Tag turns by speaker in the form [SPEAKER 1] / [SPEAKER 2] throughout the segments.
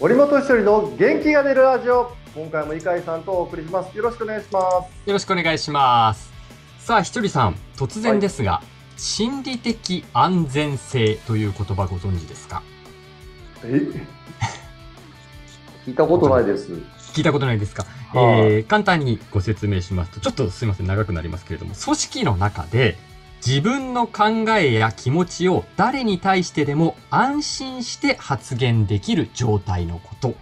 [SPEAKER 1] 森本一人の元気が出るラジオ今回も井海さんとお送りしますよろしくお願いします
[SPEAKER 2] よろしくお願いします。さあ、ひとりさん、突然ですが、心理的安全性という言葉ご存知ですか
[SPEAKER 1] え聞いたことないです
[SPEAKER 2] 聞いたことないですか、
[SPEAKER 1] はい
[SPEAKER 2] えー簡単にご説明しますと、ちょっとすいません、長くなりますけれども、組織の中で自分の考えや気持ちを誰に対してでも安心して発言できる状態のこと。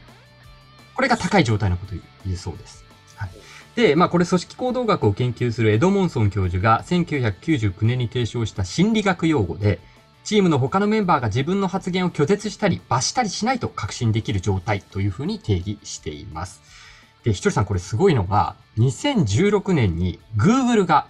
[SPEAKER 2] これが高い状態のことを言うそうです。はい、で、まあこれ組織行動学を研究するエドモンソン教授が1999年に提唱した心理学用語で、チームの他のメンバーが自分の発言を拒絶したり、罰したりしないと確信できる状態というふうに定義しています。で、ひとりさん、これすごいのが、2016年に Google が、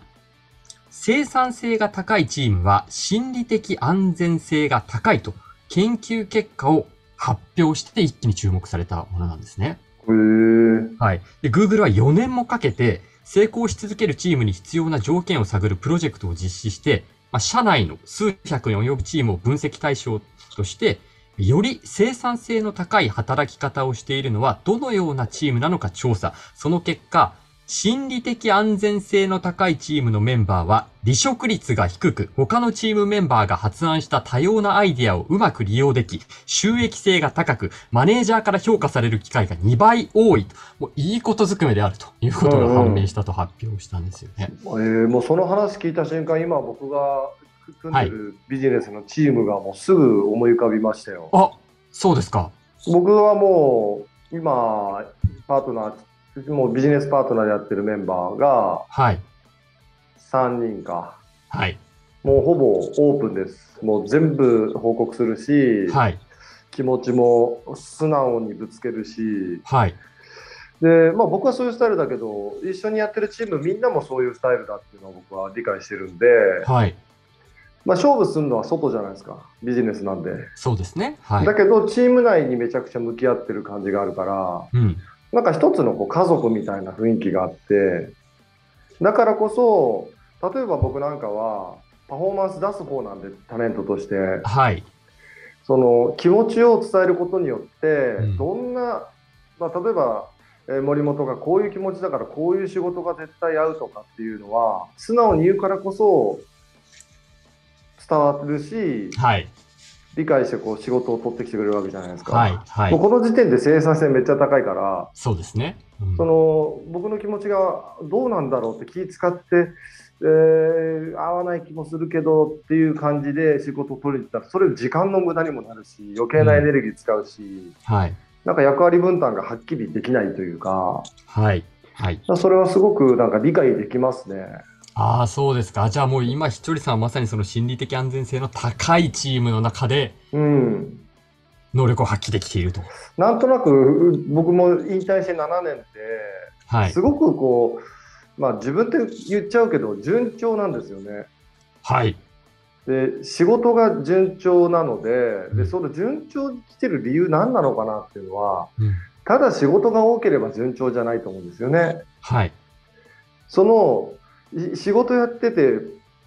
[SPEAKER 2] 生産性が高いチームは心理的安全性が高いと研究結果を発表して一気に注目されたものなんですね。
[SPEAKER 1] へー
[SPEAKER 2] はい。で、Google は4年もかけて、成功し続けるチームに必要な条件を探るプロジェクトを実施して、まあ、社内の数百に及ぶチームを分析対象として、より生産性の高い働き方をしているのはどのようなチームなのか調査。その結果、心理的安全性の高いチームのメンバーは離職率が低く、他のチームメンバーが発案した多様なアイデアをうまく利用でき、収益性が高く、マネージャーから評価される機会が2倍多いと。もういいことずくめであるということが判明したと発表したんですよね。
[SPEAKER 1] えー、もうその話聞いた瞬間今僕が組んでるビジネスのチームがもうすぐ思い浮かびましたよ、
[SPEAKER 2] あ、そうですか。
[SPEAKER 1] 僕はもう今パートナーもうビジネスパートナーでやってるメンバーが
[SPEAKER 2] はい。
[SPEAKER 1] 3人か
[SPEAKER 2] はい。
[SPEAKER 1] もうほぼオープンですもう全部報告するし、
[SPEAKER 2] はい。
[SPEAKER 1] 気持ちも素直にぶつけるし
[SPEAKER 2] はい。
[SPEAKER 1] で、まあ、僕はそういうスタイルだけど一緒にやってるチームみんなもそういうスタイルだっていうのは僕は理解してるんで、
[SPEAKER 2] はい。
[SPEAKER 1] まあ、勝負するのは外じゃないですかビジネスなんで、
[SPEAKER 2] そうですね。はい
[SPEAKER 1] だ。けどチーム内にめちゃくちゃ向き合ってる感じがあるから
[SPEAKER 2] うん。
[SPEAKER 1] なんか一つのこう家族みたいな雰囲気があってだからこそ例えば僕なんかはパフォーマンス出す方なんでタレントとして
[SPEAKER 2] はい。
[SPEAKER 1] その気持ちを伝えることによって、
[SPEAKER 2] ん
[SPEAKER 1] どんな、まあ、例えば、えー森本がこういう気持ちだからこういう仕事が絶対合うとかっていうのは素直に言うからこそ伝わるし
[SPEAKER 2] はい。
[SPEAKER 1] 理解してこう仕事を取ってきてくれるわけじゃないですか、
[SPEAKER 2] はい。は
[SPEAKER 1] もう
[SPEAKER 2] い。
[SPEAKER 1] この時点で生産性めっちゃ高いから
[SPEAKER 2] そうですね。うん
[SPEAKER 1] その僕の気持ちがどうなんだろうって気使って、えー合わない気もするけどっていう感じで仕事を取りに行ったらそれ時間の無駄にもなるし余計なエネルギー使うし、
[SPEAKER 2] はい。
[SPEAKER 1] なんか役割分担がはっきりできないというか
[SPEAKER 2] はい。はい。
[SPEAKER 1] それはすごくなんか理解できますね。
[SPEAKER 2] ああ、そうですか。じゃあもう今、ひとりさんはまさにその心理的安全性の高いチームの中で
[SPEAKER 1] うん
[SPEAKER 2] 能力を発揮できていると。
[SPEAKER 1] なんとなく僕も引退して7年って、
[SPEAKER 2] はい
[SPEAKER 1] す。ごくこう、まあ、自分って言っちゃうけど順調なんですよね。
[SPEAKER 2] はい。
[SPEAKER 1] で仕事が順調なので
[SPEAKER 2] う
[SPEAKER 1] で
[SPEAKER 2] ん
[SPEAKER 1] その順調に来てる理由何なのかなっていうのは
[SPEAKER 2] うん
[SPEAKER 1] ただ仕事が多ければ順調じゃないと思うんですよね。
[SPEAKER 2] はい。
[SPEAKER 1] そのい仕事やってて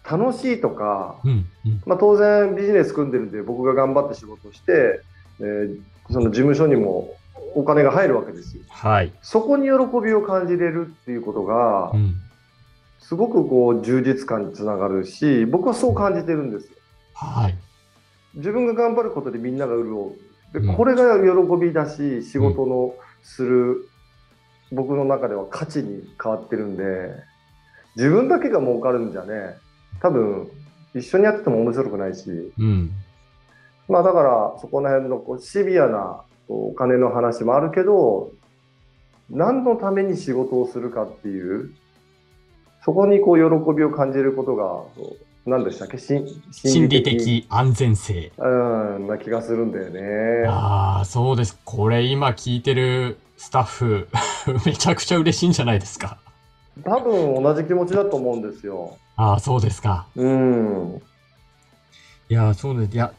[SPEAKER 1] 楽しいとか、
[SPEAKER 2] うん。うん。
[SPEAKER 1] まあ、当然ビジネス組んでるんで僕が頑張って仕事して、えーその事務所にもお金が入るわけですよ。
[SPEAKER 2] はい。
[SPEAKER 1] そこに喜びを感じれるっていうことが
[SPEAKER 2] うん。
[SPEAKER 1] すごくこう充実感につながるし僕はそう感じてるんですよ
[SPEAKER 2] はい。
[SPEAKER 1] 自分が頑張ることでみんなが潤うで、
[SPEAKER 2] うん
[SPEAKER 1] これが喜びだし仕事のする、僕の中では価値に変わってるんで自分だけが儲かるんじゃね多分一緒にやってても面白くないし
[SPEAKER 2] うん。
[SPEAKER 1] まあだからそこら辺のこうシビアなこうお金の話もあるけど何のために仕事をするかっていうそこにこう喜びを感じることがこう何でしたっけ心
[SPEAKER 2] 心理的安全性。
[SPEAKER 1] うん、な気がするんだよね。
[SPEAKER 2] ああ、そうです。これ今聞いてるスタッフ、 めちゃくちゃ嬉しいんじゃないですか。
[SPEAKER 1] 多分同じ気持ちだと思うんですよ。
[SPEAKER 2] ああ、そうですか。
[SPEAKER 1] うん。
[SPEAKER 2] いやー、そうです。いや、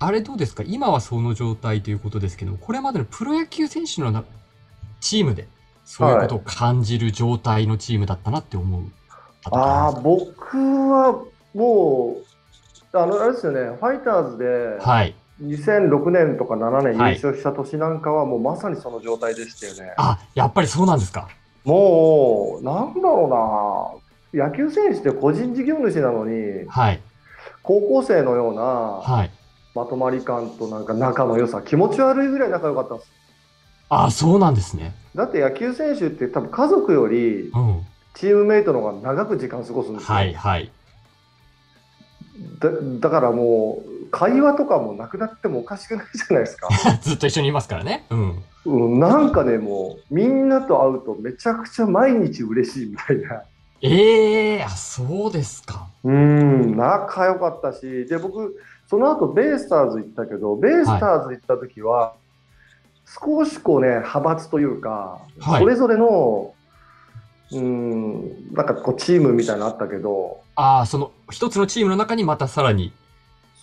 [SPEAKER 2] あれどうですか今はその状態ということですけど、これまでのプロ野球選手のなチームで、そういうことを感じる状態のチームだったなって思う。
[SPEAKER 1] ああ、僕はもう、あの、あれですよね、ファイターズで、
[SPEAKER 2] はい。
[SPEAKER 1] 2006年とか7年優
[SPEAKER 2] はい
[SPEAKER 1] 勝した年なんかはもうまさにその状態でしたよね。
[SPEAKER 2] あ、やっぱりそうなんですか。
[SPEAKER 1] もう、なんだろうな、野球選手って個人事業主なのに、
[SPEAKER 2] はい。
[SPEAKER 1] 高校生のような
[SPEAKER 2] はい。
[SPEAKER 1] まとまり感となんか仲の良さ、気持ち悪いぐらい仲良かったんです。
[SPEAKER 2] あ、そうなんですね。
[SPEAKER 1] だって野球選手って多分家族より
[SPEAKER 2] うん。
[SPEAKER 1] チームメイトの方が長く時間過ごすんですよ。
[SPEAKER 2] はい、はい。
[SPEAKER 1] だだからもう、会話とかもなくなってもおかしくないじゃないですか。
[SPEAKER 2] ずっと一緒にいますからね。うん。
[SPEAKER 1] うん、なんかね、もう、みんなと会うとめちゃくちゃ毎日嬉しいみたいな。
[SPEAKER 2] ええあ、そうですか。
[SPEAKER 1] うん、仲良かったし、で、僕、その後ベイスターズ行ったけど、ベイスターズ行った時は、少しこうね、派閥というか、
[SPEAKER 2] はい
[SPEAKER 1] それぞれの、うん、なんかこう、チームみたいなのあったけど、
[SPEAKER 2] ああ、その、一つのチームの中にまたさらに。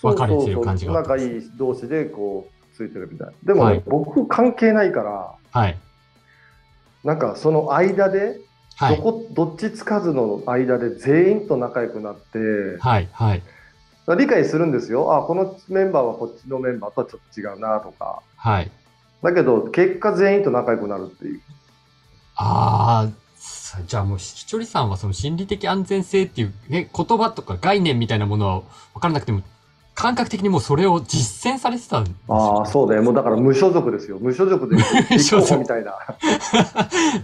[SPEAKER 2] 分かれてる感じが
[SPEAKER 1] そうそうそう仲いい同士でこう、ついてるみたいな。でもね、
[SPEAKER 2] はい
[SPEAKER 1] 僕関係ないから、
[SPEAKER 2] はい。
[SPEAKER 1] なんかその間で、
[SPEAKER 2] は
[SPEAKER 1] ど
[SPEAKER 2] い。
[SPEAKER 1] こどっちつかずの間で全員と仲良くなって、
[SPEAKER 2] はい、はい。
[SPEAKER 1] 理解するんですよあこのメンバーはこっちのメンバーとはちょっと違うなとか
[SPEAKER 2] はい。
[SPEAKER 1] だけど結果全員と仲良くなるっていう
[SPEAKER 2] ああ、さじゃあもう、ひちょりさんはその心理的安全性っていうね、言葉とか概念みたいなものは分からなくても、感覚的にもうそれを実践されてたんです
[SPEAKER 1] ああそうだよもうだから無所属ですよ無所属 で立候補みたいな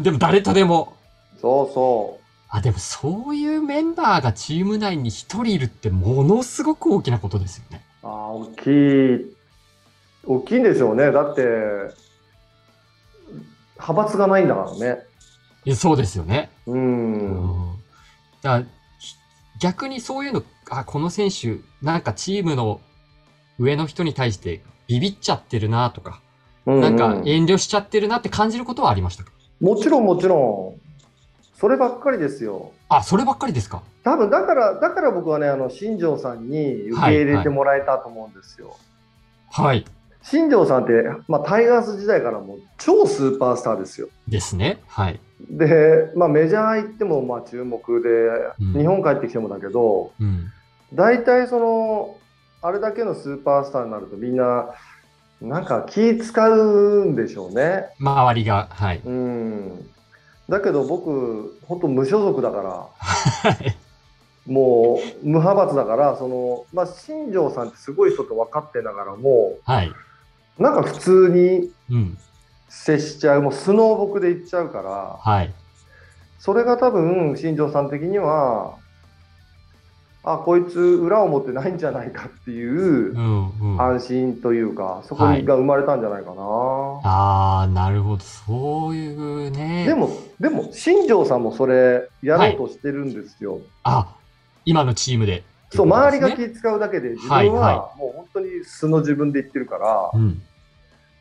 [SPEAKER 2] でも誰とでも。
[SPEAKER 1] そうそ
[SPEAKER 2] あ、でもそういうメンバーがチーム内に一人いるってものすごく大きなことですよね。
[SPEAKER 1] うああ大きい大きいんでしょうねだって派閥がないんだからね
[SPEAKER 2] いやそうですよね。
[SPEAKER 1] うん
[SPEAKER 2] うんだからひ逆にそういうの、あ、この選手、なんかチームの上の人に対してビビっちゃってるなとか、
[SPEAKER 1] な
[SPEAKER 2] なんか遠慮しちゃってるなって感じることはありましたか
[SPEAKER 1] もちろんもちろんそればっかりですよ
[SPEAKER 2] あ、そればっかりですか
[SPEAKER 1] 多分だから、だから僕はね、あの新庄さんに受け入れてもらえたと思うんですよ。
[SPEAKER 2] はい。
[SPEAKER 1] 新庄さんって、まあ、タイガース時代からもう超スーパースターですよ。
[SPEAKER 2] ですね。はい。
[SPEAKER 1] で、まあ、メジャー行ってもまあ注目で、
[SPEAKER 2] うん
[SPEAKER 1] 日本帰ってきてもだけど、
[SPEAKER 2] うん。
[SPEAKER 1] 大体その、あれだけのスーパースターになると、みんな、なんか気使うんでしょうね。
[SPEAKER 2] 周りが、はい。
[SPEAKER 1] うん。だけど僕、本当無所属だから。
[SPEAKER 2] はい。
[SPEAKER 1] もう無派閥だからその、まあ、新庄さんってすごい人と分かってながらも
[SPEAKER 2] はい。
[SPEAKER 1] なんか普通に
[SPEAKER 2] うん。
[SPEAKER 1] 接しちゃうもう素の僕で言っちゃうから
[SPEAKER 2] はい。、
[SPEAKER 1] それが多分新庄さん的にはあこいつ裏を持ってないんじゃないかっていううん
[SPEAKER 2] うん。
[SPEAKER 1] 安心というかそこが
[SPEAKER 2] はい
[SPEAKER 1] 生まれたんじゃないかな、
[SPEAKER 2] ああ、なるほど。そういうね。
[SPEAKER 1] でもでも新庄さんもそれやろうとしてるんですよ、
[SPEAKER 2] あ、今のチームで。
[SPEAKER 1] そう周りが
[SPEAKER 2] って
[SPEAKER 1] 気
[SPEAKER 2] こ
[SPEAKER 1] 使うだけで自
[SPEAKER 2] はい
[SPEAKER 1] 分
[SPEAKER 2] は
[SPEAKER 1] はもう本当に素の自分で言ってるから。
[SPEAKER 2] とですね。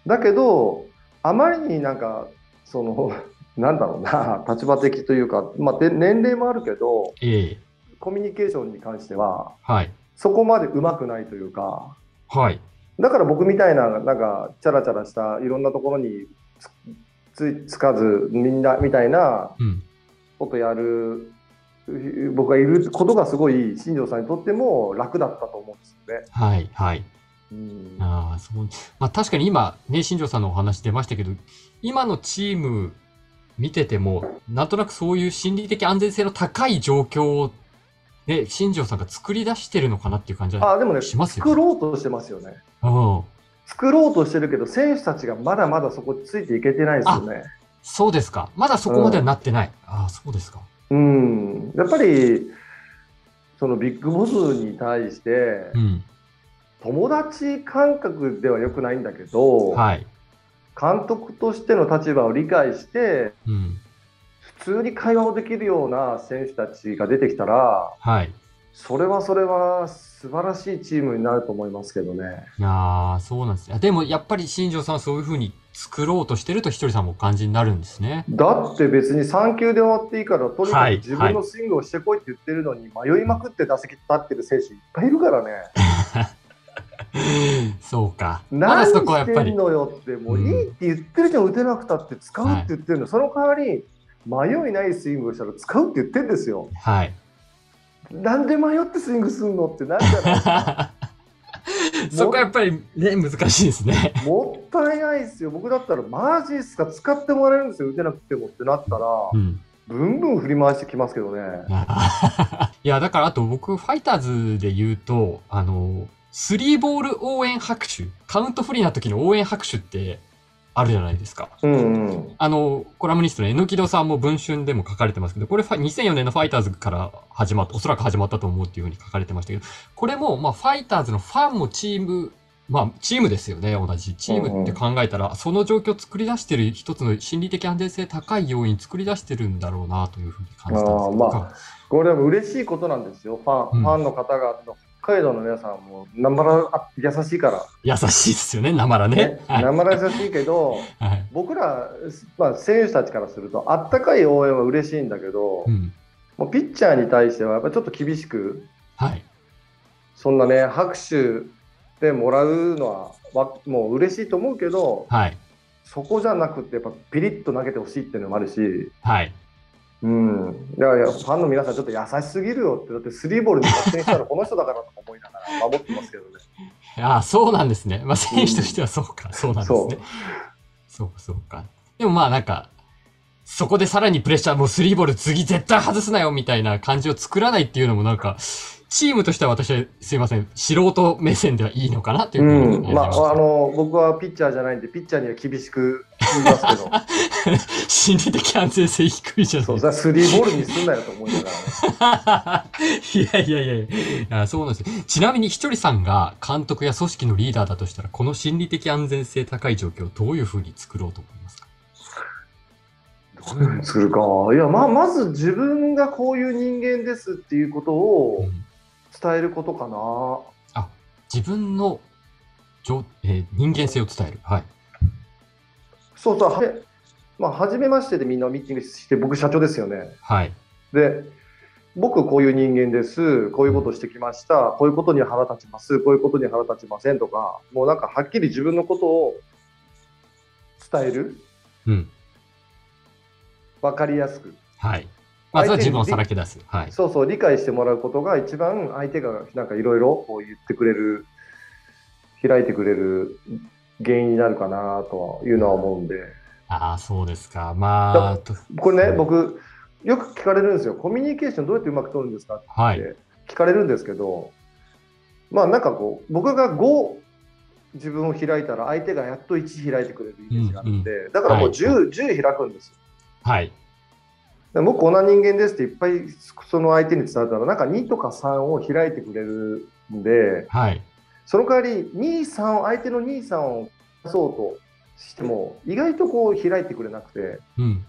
[SPEAKER 1] だけど、あまりになんか、その、 なんだろうな、立場的というか、まあ、で年齢もあるけど、
[SPEAKER 2] うん。ええ
[SPEAKER 1] コミュニケーションに関しては、
[SPEAKER 2] はい。
[SPEAKER 1] そこまでうまくないというか、
[SPEAKER 2] はい。
[SPEAKER 1] だから僕みたいな、なんか、チャラチャラした、いろんなところにつつつかず、みんなみたいな
[SPEAKER 2] うん。
[SPEAKER 1] ことやる、う僕がいることがすごい、新庄さんにとっても楽だったと思うんですよね。
[SPEAKER 2] はい。はい。
[SPEAKER 1] うん
[SPEAKER 2] ああ、そう。まあ確かに今、ね、新庄さんのお話出ましたけど、今のチーム見てても、なんとなくそういう心理的安全性の高い状況を、ね、新庄さんが作り出してるのかなっていう感じは。
[SPEAKER 1] あ、でもね、
[SPEAKER 2] しますよ
[SPEAKER 1] 作ろうとしてますよね。
[SPEAKER 2] うん。
[SPEAKER 1] 作ろうとしてるけど選手たちがまだまだそこついていけてないですよね。
[SPEAKER 2] そうですか。まだそこまではなってない。ああ、そうですか。
[SPEAKER 1] うん、やっぱりそのビッグボスに対して
[SPEAKER 2] うん。
[SPEAKER 1] 友達感覚では良くないんだけど、
[SPEAKER 2] はい。
[SPEAKER 1] 監督としての立場を理解して
[SPEAKER 2] うん。
[SPEAKER 1] 普通に会話をできるような選手たちが出てきたら
[SPEAKER 2] はい。
[SPEAKER 1] それはそれは素晴らしいチームになると思いますけどね。
[SPEAKER 2] いやー、そうなんですね。でも、やっぱり新庄さんはそういうふうに作ろうとしてると、ひとりさんもお感じになるんですね。
[SPEAKER 1] だって別に3球で終わっていいからとにか
[SPEAKER 2] は
[SPEAKER 1] く
[SPEAKER 2] い
[SPEAKER 1] 自分のスイングをしてこいって言ってるのに迷いまくって打席立ってる選手いっぱいいるからね。
[SPEAKER 2] そうか。ま
[SPEAKER 1] 何
[SPEAKER 2] だそこはやっ
[SPEAKER 1] し
[SPEAKER 2] ぱ
[SPEAKER 1] て
[SPEAKER 2] り
[SPEAKER 1] ん。のよってもうい
[SPEAKER 2] う
[SPEAKER 1] い
[SPEAKER 2] ん
[SPEAKER 1] って言ってるじゃん打てなくたって使うって言ってるの、その代わり迷いないスイングをしたら使うって言ってんですよ。
[SPEAKER 2] はい。
[SPEAKER 1] なんで迷ってスイングすんのってなるじゃないですか。
[SPEAKER 2] そこはやっぱりね、難しいですね。
[SPEAKER 1] もったいないですよ。僕だったら、マジっすか、使ってもらえるんですよ。打てなくてもってなったら、
[SPEAKER 2] うん。
[SPEAKER 1] ブンブン振り回してきますけどね。
[SPEAKER 2] いや、だからあと僕、ファイターズで言うと、あの、スリーボール応援拍手、カウント不利な時の応援拍手ってあるじゃないですか。
[SPEAKER 1] うんうん。
[SPEAKER 2] あの、コラムニストの榎木戸さんも文春でも書かれてますけど、これファ2004年のファイターズから始まった、おそらく始まったと思うっていうふうに書かれてましたけど、これも、まあ、ファイターズのファンもチーム、まあ、チームですよね、同じ。チームって考えたら、その状況を作り出してる一つの心理的安全性高い要因作り出してるんだろうなというふうに感じたんですけど、
[SPEAKER 1] あーまあこれは嬉しいことなんですよ。ファン、
[SPEAKER 2] うん
[SPEAKER 1] ファンの方が、北海道の皆さんも、なまらあ優しいから。
[SPEAKER 2] 優しいですよね、なまらね
[SPEAKER 1] ね。、
[SPEAKER 2] はい
[SPEAKER 1] 生ら優しいけど、
[SPEAKER 2] はい。
[SPEAKER 1] 僕ら、まあ、選手たちからすると、あったかい応援は嬉しいんだけど、
[SPEAKER 2] うん。
[SPEAKER 1] もうピッチャーに対しては、やっぱりちょっと厳しく、
[SPEAKER 2] はい。
[SPEAKER 1] そんなね、拍手でもらうのはわ、もう嬉しいと思うけど、
[SPEAKER 2] はい。
[SPEAKER 1] そこじゃなくて、やっぱピリッと投げてほしいっていうのもあるし、
[SPEAKER 2] はい。
[SPEAKER 1] うん、いやいや、ファンの皆さん、ちょっと優しすぎるよって、だってスリーボールに逆転したの、この人だからとか思いながら、守ってます けどね。
[SPEAKER 2] ああ、そうなんですね。まあ、選手としてはそうか、そうなんですね。そうそうか。でもまあなんか、そこでさらにプレッシャー、もうスリーボール次絶対外すなよみたいな感じを作らないっていうのもなんか、チームとしては私はすいません、素人目線ではいいのかなっていううふうに
[SPEAKER 1] ん
[SPEAKER 2] 思い
[SPEAKER 1] ま
[SPEAKER 2] ました
[SPEAKER 1] あ、あの僕はピッチャーじゃないんで、ピッチャーには厳しく言いますけど、
[SPEAKER 2] 心理的安全性低い じゃない
[SPEAKER 1] そう
[SPEAKER 2] ですか
[SPEAKER 1] それはスリーボールにすんなよと思いながらね、
[SPEAKER 2] いやいやいやいやあそうなんですよ。ちなみにひとりさんが監督や組織のリーダーだとしたら、この心理的安全性高い状況をどういうふうに作ろうと思いますか
[SPEAKER 1] どういうふうにするか、 いや、まあ、まず自分がこういう人間ですっていうことを
[SPEAKER 2] うん
[SPEAKER 1] 伝えることかな。
[SPEAKER 2] 自分のじょ、えー人間性を伝える。はい。
[SPEAKER 1] そうそう、でまあ、初めましてでみんなミーティングして、僕、社長ですよね。
[SPEAKER 2] はい。
[SPEAKER 1] で、僕、こういう人間です、こういうことしてきました、こういうことには腹立ちます、こういうことには腹立ちませんとか、もうなんかはっきり自分のことを伝える、
[SPEAKER 2] うん。
[SPEAKER 1] 分かりやすく、
[SPEAKER 2] はい。まずは
[SPEAKER 1] 相手に
[SPEAKER 2] 自分をさらけ出す。はい。
[SPEAKER 1] そうそう、理解してもらうことが一番相手がなんかいろいろこう言ってくれる、開いてくれる原因になるかなとはいうのは思うんで、
[SPEAKER 2] ああ、そうですか。まあ、と
[SPEAKER 1] これね、
[SPEAKER 2] はい
[SPEAKER 1] 僕、よく聞かれるんですよ、コミュニケーションどうやってうまく取るんですかって
[SPEAKER 2] はい。
[SPEAKER 1] 聞かれるんですけど、まあなんかこう、僕が5、自分を開いたら相手がやっと1開いてくれるイメージがあるんで、だからもう10、10開くんですよ。
[SPEAKER 2] はい。
[SPEAKER 1] で僕、こんな人間ですっていっぱいその相手に伝えたら、なんか2とか3を開いてくれるんで、
[SPEAKER 2] はい。
[SPEAKER 1] その代わり、2、3を、相手の2、3を出そうとしても、意外とこう開いてくれなくて、
[SPEAKER 2] うん。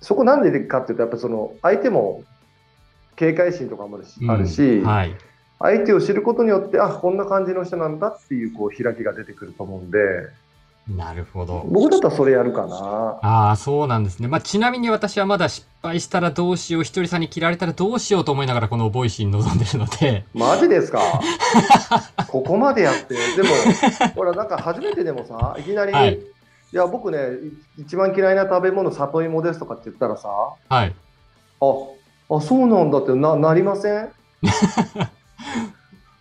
[SPEAKER 1] そこなんでかっていうと、やっぱその相手も警戒心とかもあるし、
[SPEAKER 2] うん
[SPEAKER 1] あるし
[SPEAKER 2] はい。
[SPEAKER 1] 相手を知ることによって、あこんな感じの人なんだっていうこう開きが出てくると思うんで、
[SPEAKER 2] なるほど。
[SPEAKER 1] 僕だったらそれやるかな。
[SPEAKER 2] ああ、そうなんですね。まあ、ちなみに私はまだ失敗したらどうしよう、ひとりさんに切られたらどうしようと思いながらこのボイシーに臨んでるので、
[SPEAKER 1] マジ ですかここまでやって、でも、ほら、なんか初めてでもさ、いきなり、
[SPEAKER 2] はい
[SPEAKER 1] い、や、僕ね、い一番嫌いな食べ物、里芋ですとかって言ったらさ、
[SPEAKER 2] はい。
[SPEAKER 1] ああそうなんだってななりません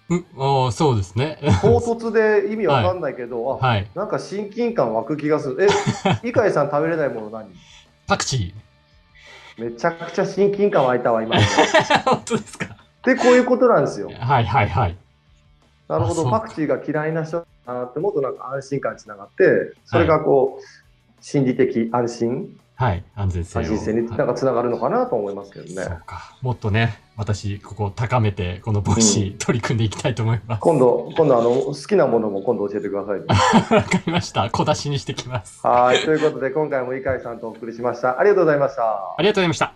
[SPEAKER 2] うん、おーそうですね。
[SPEAKER 1] 唐突で意味わかんないけど、あ
[SPEAKER 2] はい。
[SPEAKER 1] なんか親近感湧く気がする。 え、猪飼さん食べれないもの何
[SPEAKER 2] パクチ
[SPEAKER 1] めちゃくちゃ親近感湧いたわ、今。
[SPEAKER 2] ー。 本当ですか
[SPEAKER 1] で、こういうことなんですよ。
[SPEAKER 2] はいはいはい。
[SPEAKER 1] なるほ
[SPEAKER 2] あそう
[SPEAKER 1] ど、パクチーが嫌いな人だなって、もっとなんか安心感につながって、それがこう、心理的安心、
[SPEAKER 2] はい。安全性を。
[SPEAKER 1] 安心性になんかつながるのかなと思いますけどね。
[SPEAKER 2] そうか。もっとね、私、ここを高めて、このボイシー取り組んでいきたいと思います。
[SPEAKER 1] 今度、今度あの、好きなものも今度教えてください、 ね。
[SPEAKER 2] わかりました。小出しにしてきます。あ
[SPEAKER 1] はい、ということで、今回も井飼さんとお送りしました。ありがとうございました。
[SPEAKER 2] りがとうございました。